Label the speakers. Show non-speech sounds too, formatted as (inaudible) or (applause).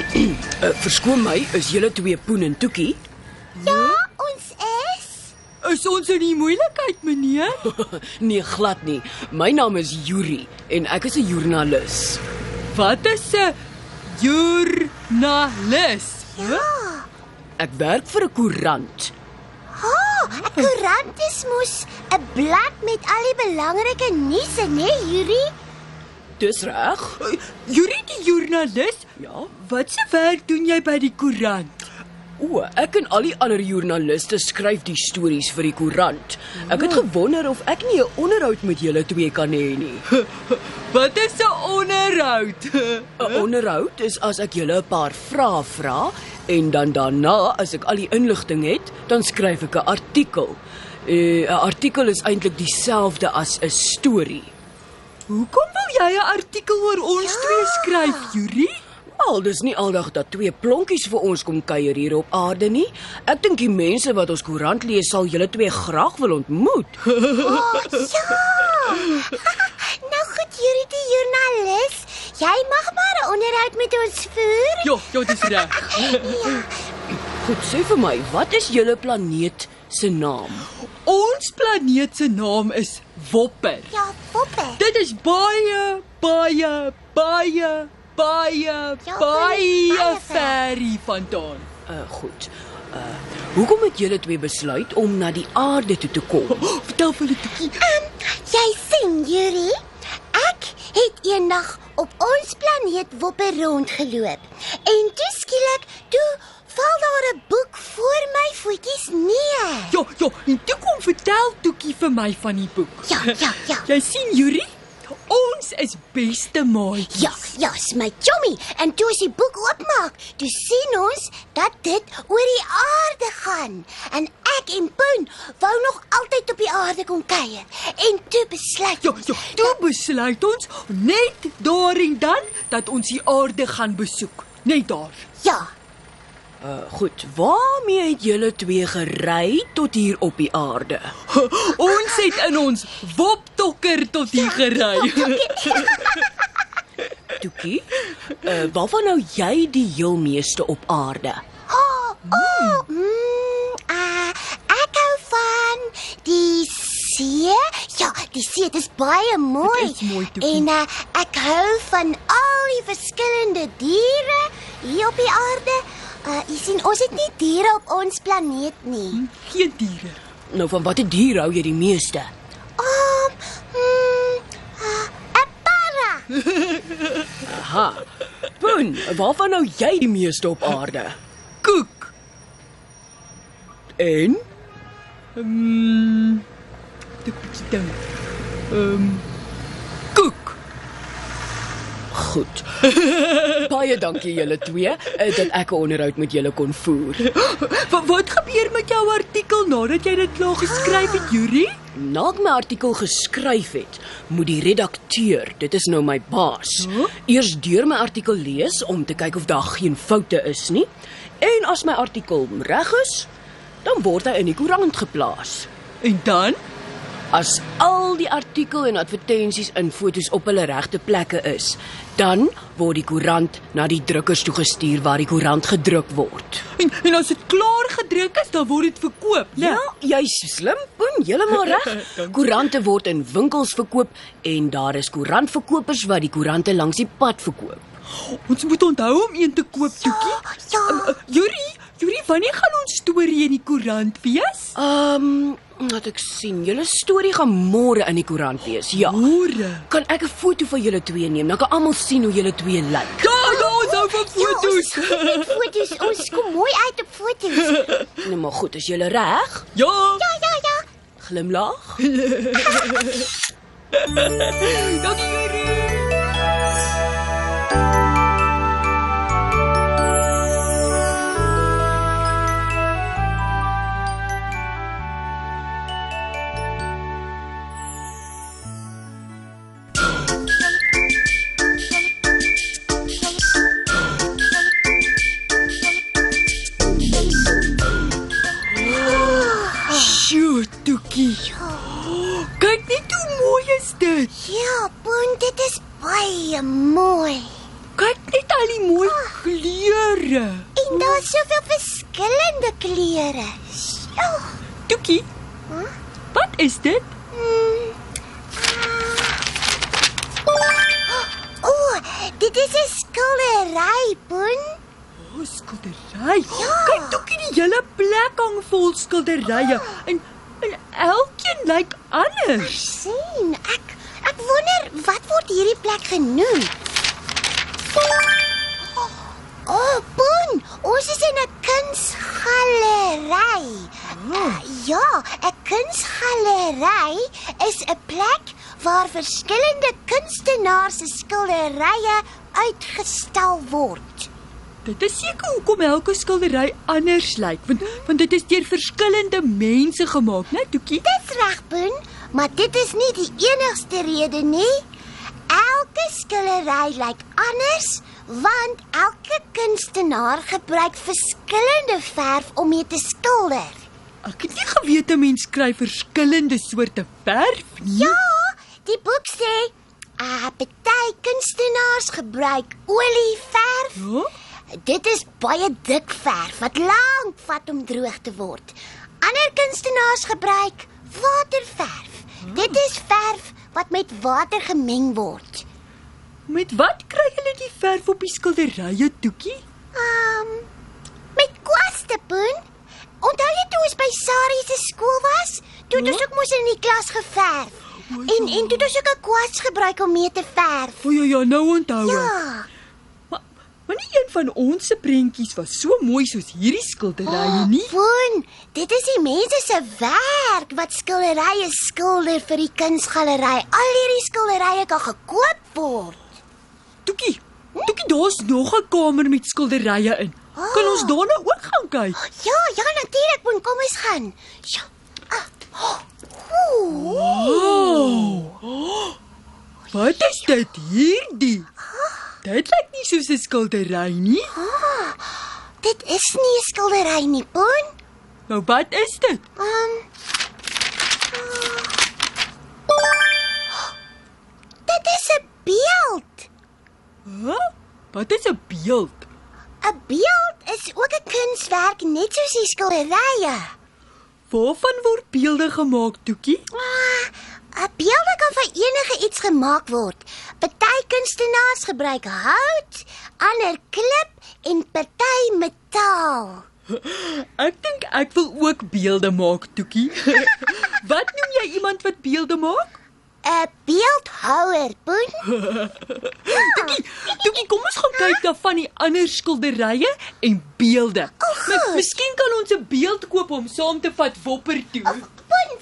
Speaker 1: Uh, verskoon my, is julle twee Poen en Toekie?
Speaker 2: Ja, ons is.
Speaker 3: Is ons in die moeilikheid, meneer?
Speaker 1: (laughs) nee, glad nie. My naam is Yuri en ek is 'n joernalis.
Speaker 3: Wat is 'n joernalis?
Speaker 2: Ja.
Speaker 3: Huh?
Speaker 1: Ek werk vir 'n koerant.
Speaker 2: Ha, oh, 'n koerant is mos 'n blad met al die belangrike nuus, né, Yuri?
Speaker 1: Dis reg?
Speaker 3: Juri die joernalis?
Speaker 1: Ja.
Speaker 3: Wat se werk doen jy by die koerant?
Speaker 1: O, ek en al die ander joernaliste skryf die stories vir die koerant. Ek het gewonder of ek nie 'n onderhoud met julle twee kan hê nie.
Speaker 3: Wat is 'n onderhoud?
Speaker 1: 'n Onderhoud is as ek julle 'n paar vrae vra en dan daarna as ek al die inligting het, dan skryf ek 'n artikel. Eh, 'n Artikel is eintlik dieselfde as 'n storie.
Speaker 3: Hoekom wil jy 'n artikel oor ons twee skryf, Juri?
Speaker 1: Al dis nie aldag dat twee plonkies vir ons kom kuier hier op aarde nie. Ek dink die mense wat ons koerant lees sal julle twee graag wil ontmoet.
Speaker 2: Ja. (laughs) nou goed, Yuri die joernalis, jy mag maar 'n onderhoud met ons voer.
Speaker 3: Ja, ja, dis reg.
Speaker 1: Goed, sê vir my, wat is julle planeet se naam?
Speaker 3: Ons planeet se naam is Wopper.
Speaker 2: Ja, Poppe.
Speaker 3: Dit is baie baie baie baie
Speaker 2: Ja,
Speaker 3: baie
Speaker 2: baie ver.
Speaker 3: ver vandaan.
Speaker 1: Uh goed. Uh hoekom het julle twee besluit om na die aarde toe te kom?
Speaker 3: (gasps) Oh, vertel vir hulle toekie.
Speaker 2: Ehm, jy sien, Yuri, ek het eendag op ons planeet Wopper rondgeloop en toe skielik toe val daar 'n boek voor my voetjies neer.
Speaker 3: Ja, ja, en toe kom vertel toekie vir my van die boek.
Speaker 2: Ja, ja, ja.
Speaker 3: (laughs) Jy sien Juri, ons is beste maatjies.
Speaker 2: Ja, ja, is my chommy. En toe as die boek oopmaak, toe sien ons dat dit oor die aarde gaan. En ek en Poen wou nog altyd op die aarde kom kuier. En toe besluit
Speaker 3: Ja,
Speaker 2: ons
Speaker 3: ja, toe besluit ons net daar en dan dat ons die aarde gaan besoek. Net daar.
Speaker 2: ja,
Speaker 1: Uh goed, waarmee het julle twee gery tot hier op die aarde?
Speaker 3: Ons het in ons woptokker tot hier gery.
Speaker 1: Toekie, uh waarvan nou jy die heel meeste op aarde?
Speaker 2: Oh, oh, mm, ah, ek hou van die see. Ja, die see dit is baie mooi.
Speaker 3: Dit is mooi, Toekie.
Speaker 2: en uh, ek hou van al die verskillende diere hier op die aarde. Uh, jy sien, ons het nie diere op ons planeet nie.
Speaker 3: Geen diere.
Speaker 1: Nou van watter dier hou jy die meeste?
Speaker 2: Um, mm, ah, 'n para.
Speaker 1: Aha. Poen, waarvan nou jy die meeste op aarde?
Speaker 3: Koek.
Speaker 1: En
Speaker 3: Mm. Dit bietjie ding. Ehm um, koek.
Speaker 1: goed. Baie dankie julle twee uh, dat ek 'n onderhoud met julle kon voer.
Speaker 3: Wat wat gebeur met jou artikel nadat jy dit klaar geskryf het, Juri?
Speaker 1: Nadat my artikel geskryf het, moet die redakteur, dit is nou my baas, eers deur my artikel lees om te kyk of daar geen foute is nie. En as my artikel reg is, dan word hy in die koerant geplaas.
Speaker 3: En dan?
Speaker 1: As al die artikel en advertensies en fotos op hulle regte plekke is, dan word die koerant na die drukkers toegestuur waar die koerant gedruk word.
Speaker 3: En, en as dit klaar gedruk is, dan word dit verkoop, né?
Speaker 1: Ja, jy's slim, Poen, (laughs) heeltemal reg. Koerante word in winkels verkoop en daar is koerantverkopers wat die koerante langs die pad verkoop.
Speaker 3: Ons moet onthou om een te koop, Toekie.
Speaker 2: Ja,
Speaker 3: Hm, eh. Juri, Juri, wanneer gaan ons storie in die koerant wees?
Speaker 1: Ehm, um, laat ek sien. Julle storie gaan môre in die koerant wees. Ja.
Speaker 3: Môre.
Speaker 1: Kan ek 'n foto van julle twee neem? Dan kan almal sien hoe julle twee lyk.
Speaker 3: Ja, ja, ons hou
Speaker 2: ja,
Speaker 3: van foto's.
Speaker 2: ons sien net foto's. Ons kom mooi uit op foto's.
Speaker 1: Nou maar goed, is julle reg?
Speaker 3: Ja.
Speaker 2: Ja, ja, ja.
Speaker 1: Glimlag.
Speaker 3: Dankie, Juri. Sjoe, Toekie. (gasps) Kyk net hoe mooi is dit.
Speaker 2: Ja, Boon, dit is baie mooi.
Speaker 3: Kyk net al die mooi kleure.
Speaker 2: En daar's soveel verskillende kleure. Ja.
Speaker 3: Toekie. Wat is dit?
Speaker 2: Hmm. O, oh, dit is 'n skildery, Boen.
Speaker 3: O, oh, skildery. Ja. Kyk Toekie, die hele plek hang vol skilderye en en elkeen lyk anders.
Speaker 2: sien. Ek ek wonder wat word hierdie plek genoem? O, oh, Boen, ons is in 'n kunsgalery. Uh, ja, 'n kunsgalery is 'n plek waar verskillende kunstenaars se skilderye uitgestal word.
Speaker 3: Dit is seker hoekom elke skildery anders lyk, want want dit is deur verskillende mense gemaak, né, Toekie?
Speaker 2: Dis reg, Boen, maar dit is nie die enigste rede nie. Elke skildery lyk anders want elke kunstenaar gebruik verskillende verf om mee te skilder.
Speaker 3: Ek het nie geweet 'n mens kry verskillende soorte verf nie.
Speaker 2: Ja, die boek sê, "Ah, party kunstenaars gebruik olieverf.
Speaker 3: Ja?
Speaker 2: Dit is baie dik verf wat lank vat om droog te word. Ander kunstenaars gebruik waterverf. Dit is verf wat met water gemeng word.
Speaker 3: Met wat kry hulle die verf op die skilderye, Toekie?
Speaker 2: Ehm um, met kwaste poen. Onthou jy toe ons by Sari se skool was? Toe het ons ook mos in die klas geverf. En en toe het ons ook 'n kwas gebruik om mee te verf. Ah.
Speaker 3: O ja, ja, nou onthou ek.
Speaker 2: Ja.
Speaker 3: Maar, maar nie een van ons se prentjies was so mooi soos hierdie
Speaker 2: Ah.
Speaker 3: skilderye nie.
Speaker 2: Poen, dit is die mense se werk wat skilderye skilder vir die kunsgalery. Al hierdie skilderye kan gekoop word.
Speaker 3: Toekie, Toekie, daar's nog 'n kamer met skilderye in. Kan ons daarna ook gaan kyk?
Speaker 2: Ja, ja, natuurlik, Poen, kom ons gaan. Ja. Ah. Ooh.
Speaker 3: Oh. Wat is dit hierdie? Dit lyk nie soos 'n skildery nie.
Speaker 2: Dit is nie 'n skildery nie, Poen.
Speaker 3: Nou wat is dit?
Speaker 2: Ehm ah. Dit is 'n beeld.
Speaker 3: Huh? Wat is 'n beeld?
Speaker 2: 'n Beeld is ook 'n kunswerk net soos die skilderye.
Speaker 3: Waarvan word beelde gemaak, Toekie?
Speaker 2: Ah, 'n Beelde kan van enige iets gemaak word. Party kunstenaars gebruik hout, ander klip en party metaal.
Speaker 3: Ek dink ek wil ook beelde maak, Toekie. (laughs) wat noem jy iemand wat beelde maak?
Speaker 2: 'n Beeldhouer, Boen.
Speaker 3: Toekie, Toekie, kom ons gaan kyk na van die ander skilderye en beelde. Oh, Miskien kan ons 'n beeld koop om saam te vat Wopper toe.
Speaker 2: Boen,